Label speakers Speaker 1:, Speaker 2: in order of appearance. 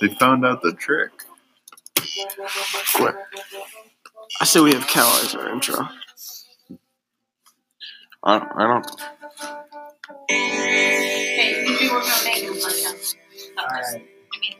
Speaker 1: They found out the trick.
Speaker 2: What? I say we have Cal as our intro.
Speaker 1: I, I don't.
Speaker 3: Hey, you do work on making the podcast. I mean,